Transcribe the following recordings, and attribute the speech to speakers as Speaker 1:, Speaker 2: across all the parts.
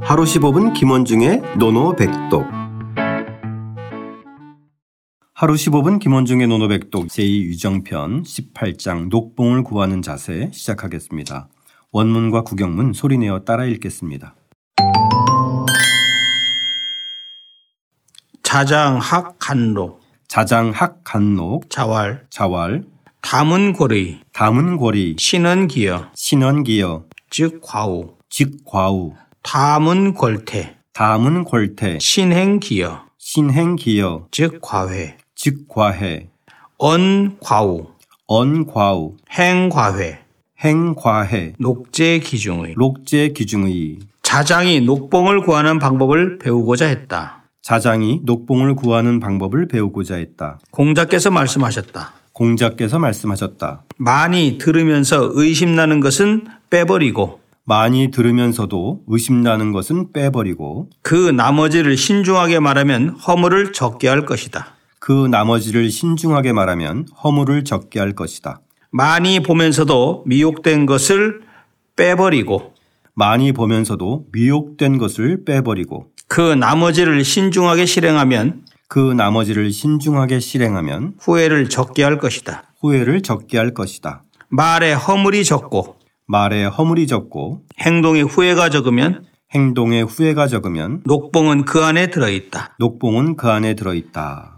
Speaker 1: 하루 15분 김원중의 노노백독 하루 15분 김원중의 노노백독 제2유정편 18장 녹봉을 구하는 자세 시작하겠습니다. 원문과 구경문 소리내어 따라 읽겠습니다.
Speaker 2: 자장학 간로
Speaker 1: 자장학 간록
Speaker 2: 자왈
Speaker 1: 자왈
Speaker 2: 담은 고리
Speaker 1: 담은고리
Speaker 2: 신은 기여
Speaker 1: 신원기여
Speaker 2: 즉 과우
Speaker 1: 직과우
Speaker 2: 담은 골태
Speaker 1: 담은골태
Speaker 2: 신행 기여
Speaker 1: 신행기여
Speaker 2: 즉 과회
Speaker 1: 직과해
Speaker 2: 언 과우
Speaker 1: 언과우
Speaker 2: 행 과회
Speaker 1: 행과해
Speaker 2: 녹제 기중의
Speaker 1: 록제 기중의
Speaker 2: 자장이 녹봉을 구하는 방법을 배우고자 했다.
Speaker 1: 자장이 녹봉을 구하는 방법을 배우고자 했다.
Speaker 2: 공자께서 말씀하셨다.
Speaker 1: 공자께서 말씀하셨다.
Speaker 2: 많이 들으면서 의심나는 것은 빼버리고
Speaker 1: 많이 들으면서도 의심나는 것은 빼버리고
Speaker 2: 그 나머지를 신중하게 말하면 허물을 적게 할 것이다.
Speaker 1: 그 나머지를 신중하게 말하면 허물을 적게 할 것이다.
Speaker 2: 많이 보면서도 미혹된 것을 빼버리고
Speaker 1: 많이 보면서도 미혹된 것을 빼버리고
Speaker 2: 그 나머지를 신중하게 실행하면
Speaker 1: 그 나머지를 신중하게 실행하면
Speaker 2: 후회를 적게 할 것이다.
Speaker 1: 후회를 적게 할 것이다.
Speaker 2: 말에 허물이 적고
Speaker 1: 말에 허물이 적고
Speaker 2: 행동에 후회가 적으면
Speaker 1: 행동에 후회가 적으면
Speaker 2: 녹봉은 그 안에 들어있다.
Speaker 1: 녹봉은 그 안에 들어있다.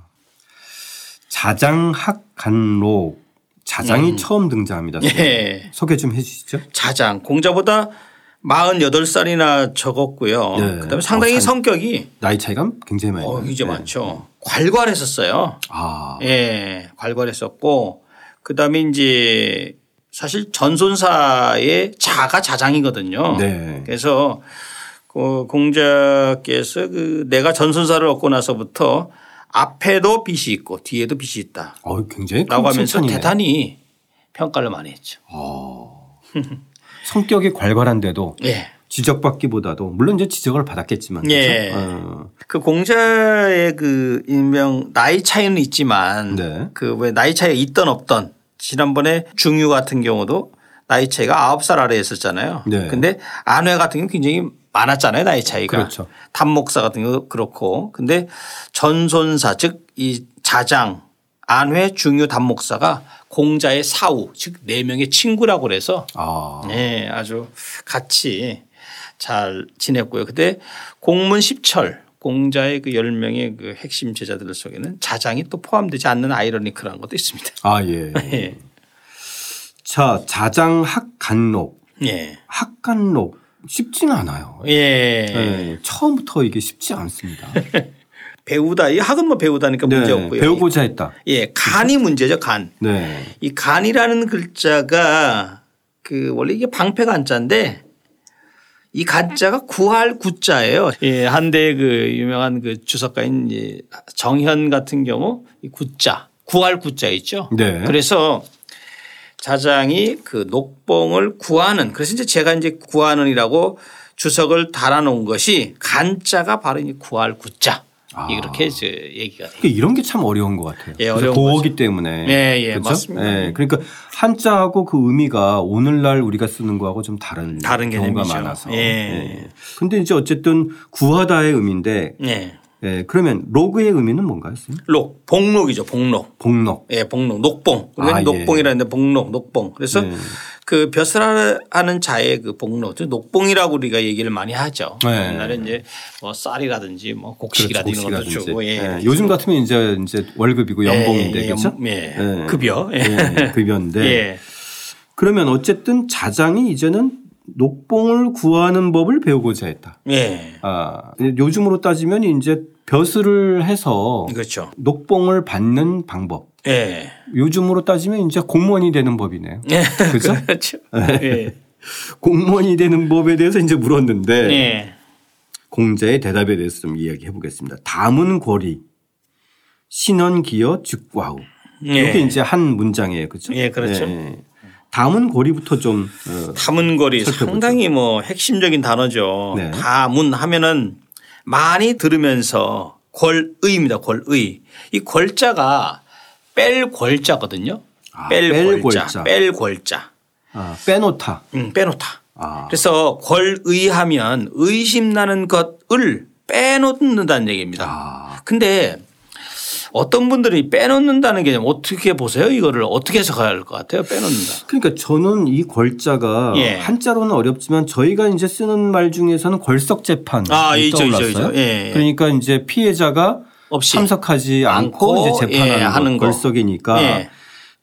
Speaker 1: 자장학간록 자장이 처음 등장합니다.
Speaker 2: 예.
Speaker 1: 소개 좀 해주시죠.
Speaker 2: 자장 공자보다 48살이나 적었고요.
Speaker 1: 네.
Speaker 2: 그다음에 상당히
Speaker 1: 어, 상-
Speaker 2: 성격이
Speaker 1: 나이 차이가 굉장히 많이
Speaker 2: 어,
Speaker 1: 나요.
Speaker 2: 이제
Speaker 1: 네.
Speaker 2: 많죠. 괄괄했었어요.
Speaker 1: 아,
Speaker 2: 예, 괄괄했었고 그다음에 이제 사실 전손사의 자가 자장이거든요.
Speaker 1: 네.
Speaker 2: 그래서 그 공자께서 그 내가 전손사를 얻고 나서부터 앞에도 빛이 있고 뒤에도 빛이 있다라고
Speaker 1: 어, 굉장히 큰
Speaker 2: 하면서
Speaker 1: 칭찬이네.
Speaker 2: 대단히 평가를 많이 했죠.
Speaker 1: 어. 성격이 괄괄한데도
Speaker 2: 예.
Speaker 1: 지적받기보다도 물론 이제 지적을 받았겠지만 그죠?
Speaker 2: 예.
Speaker 1: 어,
Speaker 2: 그 공자의 그 인명 나이 차이는 있지만
Speaker 1: 네.
Speaker 2: 그 왜 나이 차이가 있던 없던 지난번에 중유 같은 경우도 나이 차이가 9살 아래 있었잖아요.
Speaker 1: 네.
Speaker 2: 근데 안회 같은 경우 굉장히 많았잖아요. 나이 차이가.
Speaker 1: 그렇죠.
Speaker 2: 단목사 같은 경우 그렇고. 근데 전손사 즉 이 자장 안회 중유 단목사가 공자의 사우 즉 네 명의 친구라고 그래서
Speaker 1: 아,
Speaker 2: 네, 아주 같이 잘 지냈고요. 그때 공문 10철 공자의 그 10명의 그 핵심 제자들 속에는 자장이 또 포함되지 않는 아이러니크라는 것도 있습니다.
Speaker 1: 아 예.
Speaker 2: 예.
Speaker 1: 자, 자장학간록
Speaker 2: 예.
Speaker 1: 학간록 쉽지는 않아요.
Speaker 2: 예.
Speaker 1: 예, 처음부터 이게 쉽지 않습니다.
Speaker 2: 배우다. 이 학은 뭐 배우다니까 문제
Speaker 1: 네,
Speaker 2: 없고요.
Speaker 1: 배우고자 했다.
Speaker 2: 예. 간이 문제죠. 간.
Speaker 1: 네.
Speaker 2: 이 간이라는 글자가 그 원래 이게 방패 간자인데 이 간자가 구할 구자예요. 예, 한때 그 유명한 그 주석가인 이 정현 같은 경우 이 구자 구할 구자 있죠.
Speaker 1: 네.
Speaker 2: 그래서 자장이 그 녹봉을 구하는 그래서 이제 제가 이제 구하는이라고 주석을 달아놓은 것이 간자가 바로 이 구할 구자
Speaker 1: 아.
Speaker 2: 이렇게 이제 얘기가 돼요.
Speaker 1: 그러니까 이런 게 참 어려운 것 같아요.
Speaker 2: 예,
Speaker 1: 그래서
Speaker 2: 어려운
Speaker 1: 도어기 때문에.
Speaker 2: 예, 예,
Speaker 1: 그렇죠?
Speaker 2: 맞습니다.
Speaker 1: 예, 그러니까 한자하고 그 의미가 오늘날 우리가 쓰는 거하고 좀 다른,
Speaker 2: 다른
Speaker 1: 경우가
Speaker 2: 개념이죠.
Speaker 1: 많아서.
Speaker 2: 예.
Speaker 1: 근데 이제 어쨌든 구하다의 의미인데
Speaker 2: 예.
Speaker 1: 예, 그러면 로그의 의미는 뭔가요? 선생님?
Speaker 2: 록 복록이죠 복록.
Speaker 1: 복록.
Speaker 2: 예, 복록, 녹봉. 우리가
Speaker 1: 아,
Speaker 2: 녹봉이라는데 복록, 녹봉. 그래서
Speaker 1: 예.
Speaker 2: 그 벼슬하는 자의 그 복록, 즉 녹봉이라고 우리가 얘기를 많이 하죠.
Speaker 1: 네.
Speaker 2: 옛날에 이제 뭐 쌀이라든지 뭐
Speaker 1: 그렇죠.
Speaker 2: 곡식이라든지 이런 것도
Speaker 1: 곡식이라든지. 네,
Speaker 2: 주고 예.
Speaker 1: 요즘 같으면 이제 이제 월급이고 연봉인데
Speaker 2: 예,
Speaker 1: 그렇죠?
Speaker 2: 예, 예. 급여. 예.
Speaker 1: 예, 급여인데
Speaker 2: 예.
Speaker 1: 그러면 어쨌든 자장이 이제는 녹봉을 구하는 법을 배우고자 했다.
Speaker 2: 예.
Speaker 1: 아, 요즘으로 따지면 이제 벼슬을 해서
Speaker 2: 그렇죠.
Speaker 1: 녹봉을 받는 방법.
Speaker 2: 예.
Speaker 1: 요즘으로 따지면 이제 공무원이 되는 법이네요.
Speaker 2: 예.
Speaker 1: 그죠? 네.
Speaker 2: 그렇죠. 예.
Speaker 1: 공무원이 되는 법에 대해서 이제 물었는데
Speaker 2: 예.
Speaker 1: 공자의 대답에 대해서 좀 이야기해 보겠습니다. 담은 고리 신원 기여 즉과우.
Speaker 2: 예.
Speaker 1: 이게 이제 한 문장이에요. 그렇죠?
Speaker 2: 예, 그렇죠.
Speaker 1: 담은 고리부터 좀 어,
Speaker 2: 담은거리 상당히 뭐 핵심적인 단어죠.
Speaker 1: 네.
Speaker 2: 담은 하면은 많이 들으면서 골의입니다. 골의. 이 골자가 뺄 골자거든요.
Speaker 1: 아,
Speaker 2: 뺄
Speaker 1: 뺄
Speaker 2: 골자.
Speaker 1: 골자.
Speaker 2: 뺄 골자.
Speaker 1: 아, 빼놓다.
Speaker 2: 음, 빼놓다.
Speaker 1: 아,
Speaker 2: 그래서 권의하면 의심나는 것을 빼놓는다는 얘기입니다.
Speaker 1: 아,
Speaker 2: 근데 어떤 분들이 빼놓는다는 개념 어떻게 보세요? 이거를 어떻게 해석할 것 같아요? 빼놓는다.
Speaker 1: 그러니까 저는 이 괄자가
Speaker 2: 예.
Speaker 1: 한자로는 어렵지만 저희가 이제 쓰는 말 중에서는 궐석 재판
Speaker 2: 아,
Speaker 1: 이
Speaker 2: 있죠, 있죠,
Speaker 1: 떠올랐어요.
Speaker 2: 있죠. 예, 예.
Speaker 1: 그러니까 이제 피해자가
Speaker 2: 없이.
Speaker 1: 참석하지 않고,
Speaker 2: 않고,
Speaker 1: 이제 재판하는
Speaker 2: 예, 하는 거.
Speaker 1: 것, 궐석이니까
Speaker 2: 예.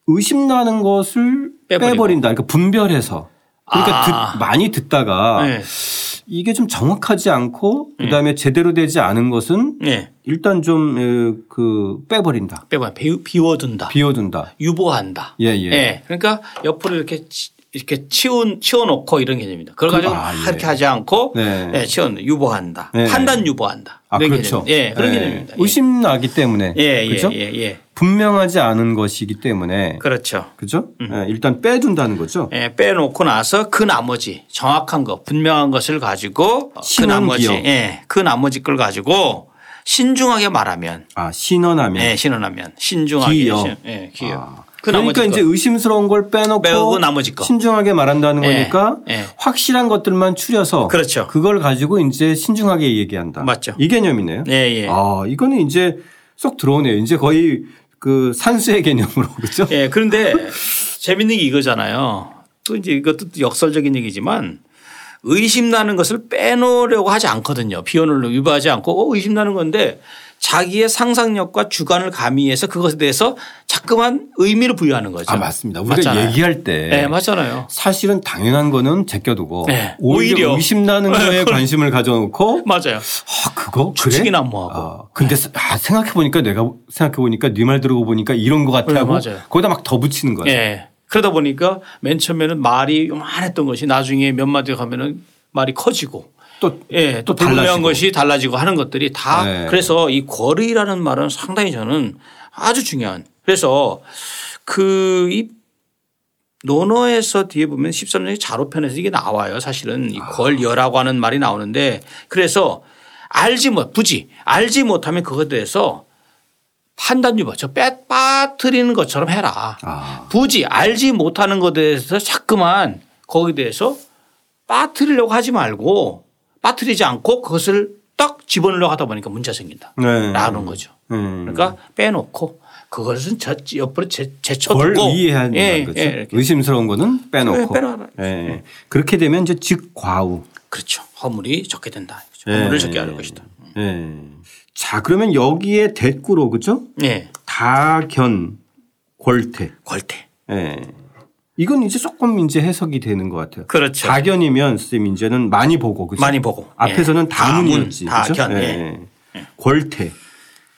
Speaker 1: 의심나는 것을
Speaker 2: 빼버리고.
Speaker 1: 빼버린다. 그러니까 분별해서. 그러니까
Speaker 2: 아.
Speaker 1: 듣- 많이 듣다가
Speaker 2: 예.
Speaker 1: 이게 좀 정확하지 않고 그다음에 제대로 되지 않은 것은
Speaker 2: 예.
Speaker 1: 일단 좀 그 빼버린다.
Speaker 2: 빼봐. 비우- 비워둔다.
Speaker 1: 비워둔다.
Speaker 2: 유보한다.
Speaker 1: 예, 예.
Speaker 2: 그러니까 옆으로 이렇게 치- 이렇게 치운 치워놓고 이런 개념입니다. 그걸 가지고
Speaker 1: 아, 예.
Speaker 2: 이렇게 하지 않고
Speaker 1: 네.
Speaker 2: 예, 치워 유보한다.
Speaker 1: 네.
Speaker 2: 판단 유보한다.
Speaker 1: 아,
Speaker 2: 이런
Speaker 1: 그렇죠.
Speaker 2: 개념. 예, 그런
Speaker 1: 예.
Speaker 2: 개념입니다. 예.
Speaker 1: 의심나기 그렇죠? 때문에.
Speaker 2: 예, 예,
Speaker 1: 그죠?
Speaker 2: 예, 예.
Speaker 1: 분명하지 않은 것이기 때문에.
Speaker 2: 그렇죠.
Speaker 1: 그죠? 예, 일단 빼둔다는 거죠.
Speaker 2: 예, 빼놓고 나서 그 나머지 정확한 것, 분명한 것을 가지고 그
Speaker 1: 신원
Speaker 2: 나머지,
Speaker 1: 기억.
Speaker 2: 예, 그 나머지 걸 가지고 신중하게 말하면,
Speaker 1: 아, 신원하면.
Speaker 2: 예, 신원하면 신중하게,
Speaker 1: 기여.
Speaker 2: 신- 예, 기여.
Speaker 1: 아.
Speaker 2: 그
Speaker 1: 그러니까
Speaker 2: 나머지
Speaker 1: 이제
Speaker 2: 것.
Speaker 1: 의심스러운 걸 빼놓고
Speaker 2: 빼고 나머지 거.
Speaker 1: 신중하게 말한다는
Speaker 2: 예,
Speaker 1: 거니까
Speaker 2: 예.
Speaker 1: 확실한 것들만 추려서
Speaker 2: 그렇죠.
Speaker 1: 걸 가지고 이제 신중하게 얘기한다.
Speaker 2: 맞죠.
Speaker 1: 이 개념이네요.
Speaker 2: 예, 예.
Speaker 1: 아, 이거는 이제 쏙 들어오네요. 이제 거의 그 산수의 개념으로 그렇죠? 그죠?
Speaker 2: 예, 그런데 재밌는 게 이거잖아요. 또 이제 이것도 역설적인 얘기지만 의심나는 것을 빼놓으려고 하지 않거든요. 비언을 유발하지 않고 어, 의심나는 건데 자기의 상상력과 주관을 가미해서 그것에 대해서 자꾸만 의미를 부여하는 거죠.
Speaker 1: 아, 맞습니다. 우리가
Speaker 2: 그렇죠. 맞잖아요.
Speaker 1: 얘기할 네. 때
Speaker 2: 예, 맞잖아요.
Speaker 1: 사실은 당연한 거는 제껴두고
Speaker 2: 네.
Speaker 1: 오히려,
Speaker 2: 오히려.
Speaker 1: 의심나는 거에 관심을 가져놓고
Speaker 2: 맞아요.
Speaker 1: 아 그거
Speaker 2: 추측이나
Speaker 1: 그래?
Speaker 2: 뭐 하고.
Speaker 1: 아, 근데 아, 생각해 보니까 내가 생각해 보니까 네 말 들어보고 보니까 이런 것 같아
Speaker 2: 네,
Speaker 1: 하고
Speaker 2: 맞아요.
Speaker 1: 거기다 막 더 붙이는 거예요.
Speaker 2: 예. 그러다 보니까 맨 처음에는 말이 요만했던 것이 나중에 몇 마디 가면은 말이 커지고
Speaker 1: 또
Speaker 2: 예, 또
Speaker 1: 또
Speaker 2: 달라진
Speaker 1: 달라지고.
Speaker 2: 것이 달라지고 하는 것들이 다
Speaker 1: 네.
Speaker 2: 그래서 이 거리라는 말은 상당히 저는 아주 중요한 그래서 그 이 논어에서 뒤에 보면 13장의 자로편에서 이게 나와요. 사실은 이
Speaker 1: 아.
Speaker 2: 걸여라고 하는 말이 나오는데 그래서 알지 못 부지 알지 못하면 그것에 대해서 판단 유발 저 빼, 빠뜨리는 것처럼 해라.
Speaker 1: 아,
Speaker 2: 부지 알지 못하는 것에 대해서 자꾸만 거기에 대해서 빠뜨리려고 하지 말고 빠뜨리지 않고 그것을 딱 집어넣으려고 하다 보니까 문제가 생긴다.
Speaker 1: 네.
Speaker 2: 라는 거죠.
Speaker 1: 음.
Speaker 2: 그러니까 빼놓고 그것은 저 옆으로 제,
Speaker 1: 뭘
Speaker 2: 제쳐두고
Speaker 1: 이해해야 된다는
Speaker 2: 예,
Speaker 1: 거죠.
Speaker 2: 예, 이렇게.
Speaker 1: 의심스러운 거는 빼놓고.
Speaker 2: 예, 빼놔라.
Speaker 1: 예. 그렇게 되면 이제 즉과우.
Speaker 2: 그렇죠. 허물이 적게 된다.
Speaker 1: 예.
Speaker 2: 허물을 적게 하는 것이다.
Speaker 1: 예. 자 그러면 여기에 대꾸로 그죠?
Speaker 2: 예.
Speaker 1: 다견 궐태.
Speaker 2: 권태.
Speaker 1: 예. 이건 이제 조금 이제 해석이 되는 것 같아요.
Speaker 2: 그렇죠.
Speaker 1: 다견이면 쌤 이제는 많이 보고 그죠?
Speaker 2: 많이 보고.
Speaker 1: 앞에서는
Speaker 2: 예.
Speaker 1: 다문이었지.
Speaker 2: 다문,
Speaker 1: 그죠?
Speaker 2: 다견,
Speaker 1: 예. 궐태.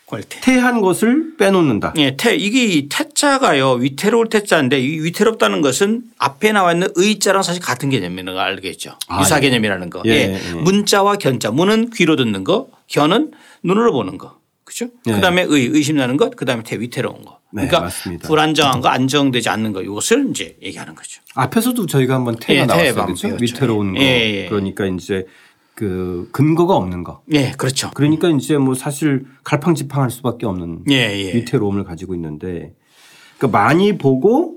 Speaker 2: 권태.
Speaker 1: 태한 것을 빼놓는다.
Speaker 2: 예, 태 이게 이 태자가요 위태로울 태자인데 이 위태롭다는 것은 앞에 나와 있는 의자랑 사실 같은 개념이라는 걸 알겠죠.
Speaker 1: 아,
Speaker 2: 유사
Speaker 1: 예.
Speaker 2: 개념이라는 거.
Speaker 1: 예,
Speaker 2: 예,
Speaker 1: 예.
Speaker 2: 문자와 견자. 문은 귀로 듣는 거, 견은 눈으로 보는 거. 그죠?
Speaker 1: 예.
Speaker 2: 그다음에 의 의심나는 것, 그다음에 태 위태로운 거.
Speaker 1: 네,
Speaker 2: 그러니까
Speaker 1: 맞습니다.
Speaker 2: 불안정한 거, 안정되지 않는 거 이것을 이제 얘기하는 거죠.
Speaker 1: 앞에서도 저희가 한번 태가
Speaker 2: 예, 태의
Speaker 1: 나왔어요. 그죠?
Speaker 2: 방패였죠.
Speaker 1: 위태로운 거.
Speaker 2: 예, 예.
Speaker 1: 그러니까 이제 그 근거가 없는 거.
Speaker 2: 예, 그렇죠.
Speaker 1: 그러니까 이제 뭐 사실 갈팡질팡할 수밖에 없는
Speaker 2: 예, 예.
Speaker 1: 위태로움을 가지고 있는데 그러니까 많이 보고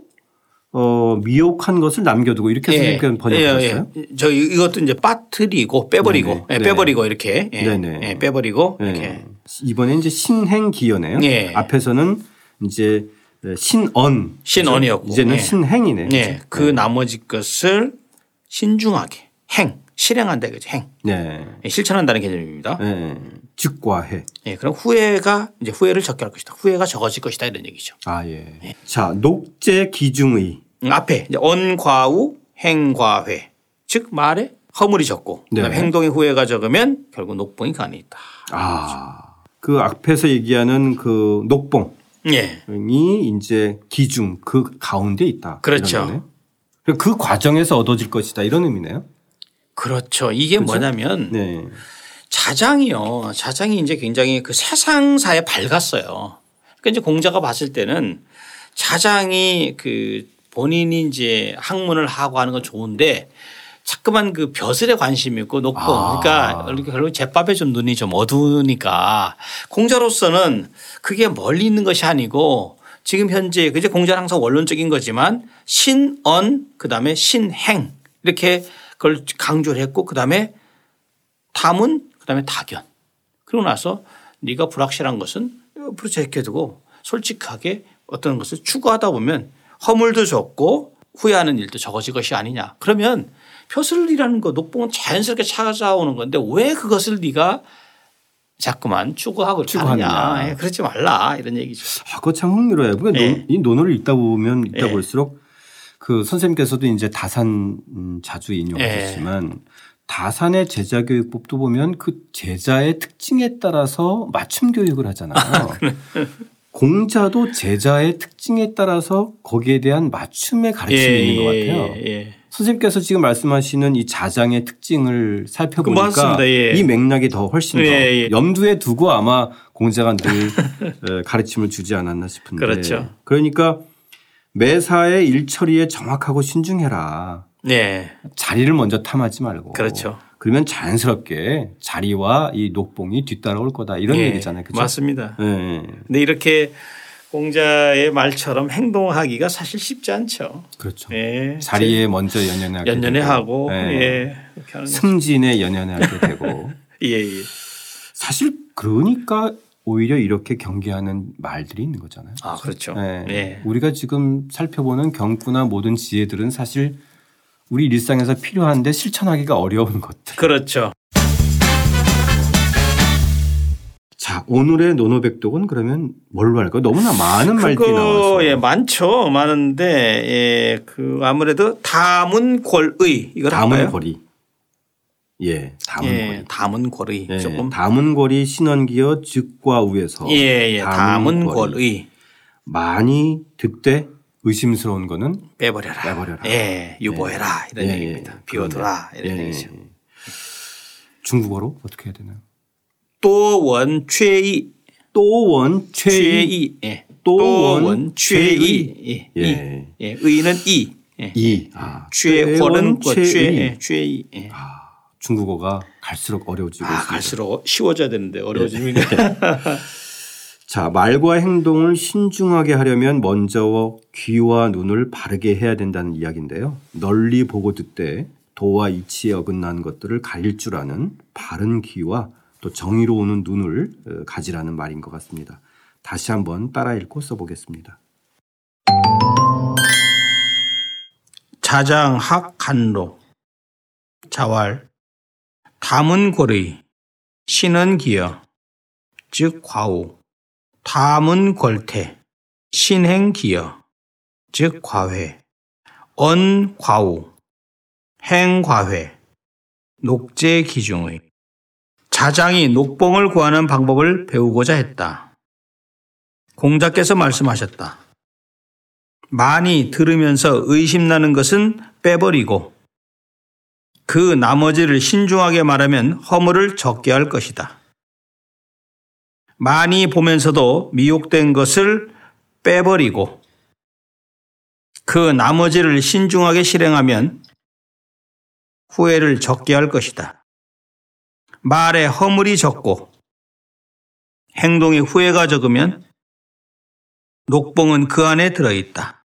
Speaker 1: 어 미혹한 것을 남겨두고 이렇게
Speaker 2: 예.
Speaker 1: 선생님께서 번역하셨어요?
Speaker 2: 예, 예. 저 이- 이것도 이제 빠뜨리고 빼버리고,
Speaker 1: 네네.
Speaker 2: 예,
Speaker 1: 네.
Speaker 2: 빼버리고 이렇게, 예,
Speaker 1: 네네.
Speaker 2: 예, 빼버리고
Speaker 1: 예.
Speaker 2: 이렇게.
Speaker 1: 이번에 이제 신행 기여네요.
Speaker 2: 예.
Speaker 1: 앞에서는 이제 신언
Speaker 2: 신언이었고.
Speaker 1: 이제는
Speaker 2: 예.
Speaker 1: 신행이네.
Speaker 2: 네, 그 나머지 것을 신중하게 행 실행한다 이거죠. 행
Speaker 1: 네.
Speaker 2: 예, 실천한다는 개념입니다.
Speaker 1: 예. 즉과해.
Speaker 2: 예, 그럼 후회가 이제 후회를 적게 할 것이다. 후회가 적어질 것이다 이런 얘기죠.
Speaker 1: 아 예. 자 녹제 기중의
Speaker 2: 음, 앞에 이제 언과우 행과회 즉 말에 허물이 적고 그다음에
Speaker 1: 네.
Speaker 2: 행동의 후회가 적으면 결국 녹봉이 간이 있다.
Speaker 1: 아그 앞에서 얘기하는 그 녹봉.
Speaker 2: 예,
Speaker 1: 이 이제 기중 그 가운데 있다.
Speaker 2: 그렇죠.
Speaker 1: 이런 거네요. 그럼 그 과정에서 얻어질 것이다 이런 의미네요.
Speaker 2: 그렇죠. 이게 뭐냐면
Speaker 1: 네.
Speaker 2: 자장이요. 자장이 이제 굉장히 그 세상사에 밝았어요. 그러니까 이제 공자가 봤을 때는 자장이 그 본인이 이제 학문을 하고 하는 건 좋은데 자꾸만 그 벼슬에 관심이 있고 높고
Speaker 1: 아.
Speaker 2: 그러니까 결국 제밥에 좀 눈이 좀 어두우니까 공자로서는 그게 멀리 있는 것이 아니고 지금 현재 그 그제 공자는 항상 원론적인 거지만 신언 그다음에 신행 이렇게 그걸 강조를 했고 그다음에 탐은 그다음에 다견. 그러고 나서 네가 불확실한 것은 옆으로 제껴두고 솔직하게 어떤 것을 추구하다 보면 허물도 적고 후회하는 일도 적어질 것이 아니냐. 그러면 표슬이라는 거 녹봉은 자연스럽게 찾아오는 건데 왜 그것을 네가 자꾸만 추구하고
Speaker 1: 추구하느냐.
Speaker 2: 하느냐. 예, 그러지 말라 이런 얘기죠.
Speaker 1: 아, 그거 참 흥미로워요. 그러니까
Speaker 2: 예.
Speaker 1: 논- 이 논어를 읽다 보면 읽다
Speaker 2: 예.
Speaker 1: 볼수록 그 선생님께서도 이제 다산 음, 자주
Speaker 2: 예.
Speaker 1: 인용하셨지만 다산의 제자 교육법도 보면 그 제자의 특징에 따라서 맞춤 교육을 하잖아요. 공자도 제자의 특징에 따라서 거기에 대한 맞춤의 가르침이 있는 것 같아요.
Speaker 2: 예, 예.
Speaker 1: 선생님께서 지금 말씀하시는 이 자장의 특징을
Speaker 2: 그
Speaker 1: 살펴보니까
Speaker 2: 맞습니다. 예.
Speaker 1: 이 맥락이 더 훨씬 더
Speaker 2: 예, 예.
Speaker 1: 염두에 두고 아마 공자가 늘 에, 가르침을 주지 않았나 싶은데
Speaker 2: 그렇죠.
Speaker 1: 그러니까 매사의 일처리에 정확하고 신중해라.
Speaker 2: 네.
Speaker 1: 자리를 먼저 탐하지 말고
Speaker 2: 그렇죠.
Speaker 1: 그러면 자연스럽게 자리와 이 녹봉이 뒤따라올 거다 이런
Speaker 2: 예,
Speaker 1: 얘기잖아요. 그죠?
Speaker 2: 맞습니다.
Speaker 1: 예, 예.
Speaker 2: 근데 이렇게 공자의 말처럼 행동하기가 사실 쉽지 않죠.
Speaker 1: 그렇죠.
Speaker 2: 예.
Speaker 1: 자리에 먼저 연연하게
Speaker 2: 연연해
Speaker 1: 되고,
Speaker 2: 하고
Speaker 1: 예.
Speaker 2: 예. 이렇게 하는 거죠.
Speaker 1: 승진에 연연하게 되고
Speaker 2: 예, 예.
Speaker 1: 사실 그러니까 오히려 이렇게 경계하는 말들이 있는 거잖아요.
Speaker 2: 아, 그렇죠.
Speaker 1: 네.
Speaker 2: 예.
Speaker 1: 우리가 지금 살펴보는 경구나 모든 지혜들은 사실 우리 일상에서 필요한데 실천하기가 어려운 것들.
Speaker 2: 그렇죠.
Speaker 1: 자, 오늘의 노노백독은 그러면 뭘로 할까요? 너무나 많은 말들이 나와서.
Speaker 2: 그거 예, 많죠. 많은데 예, 그 아무래도 다문골의 이걸 할까요?
Speaker 1: 다문거리. 예,
Speaker 2: 예,
Speaker 1: 다문거리.
Speaker 2: 다문골의
Speaker 1: 예,
Speaker 2: 조금
Speaker 1: 다문거리 신원기어 즉과 우에서
Speaker 2: 예, 예. 다문골의
Speaker 1: 많이 득대 의심스러운 거는
Speaker 2: 빼버려라.
Speaker 1: 빼버려라.
Speaker 2: 예, 유보해라 이런
Speaker 1: 예, 예.
Speaker 2: 얘기입니다. 비워둬라 이런
Speaker 1: 예, 예,
Speaker 2: 얘기죠.
Speaker 1: 예. 중국어로 어떻게 해야 되나요?
Speaker 2: 또원 최이
Speaker 1: 또원 최이
Speaker 2: 최이 예.
Speaker 1: 또원
Speaker 2: 또원 최이 예.
Speaker 1: 예.
Speaker 2: 예. 의는 이 예.
Speaker 1: 이 아,
Speaker 2: 최권은
Speaker 1: 원,
Speaker 2: 권
Speaker 1: 최이.
Speaker 2: 최 최이 예.
Speaker 1: 아, 중국어가 갈수록 어려워지고
Speaker 2: 아
Speaker 1: 있습니다.
Speaker 2: 갈수록 쉬워져야 되는데 어려워지니까
Speaker 1: 자 말과 행동을 신중하게 하려면 먼저 귀와 눈을 바르게 해야 된다는 이야기인데요. 널리 보고 듣되 도와 이치에 어긋난 것들을 가릴 줄 아는 바른 귀와 또 정의로우는 눈을 어, 가지라는 말인 것 같습니다. 다시 한번 따라 읽고 써보겠습니다.
Speaker 2: 자장학 간로 자왈 다문골의 신은기여 즉 과오 다문골태 신행기여 즉 과회 언과오 행과회 녹제기중의 자장이 녹봉을 구하는 방법을 배우고자 했다. 공자께서 말씀하셨다. 많이 들으면서 의심나는 것은 빼버리고 그 나머지를 신중하게 말하면 허물을 적게 할 것이다. 많이 보면서도 미혹된 것을 빼버리고 그 나머지를 신중하게 실행하면 후회를 적게 할 것이다. 말에 허물이 적고 행동에 후회가 적으면 녹봉은 그 안에 들어있다.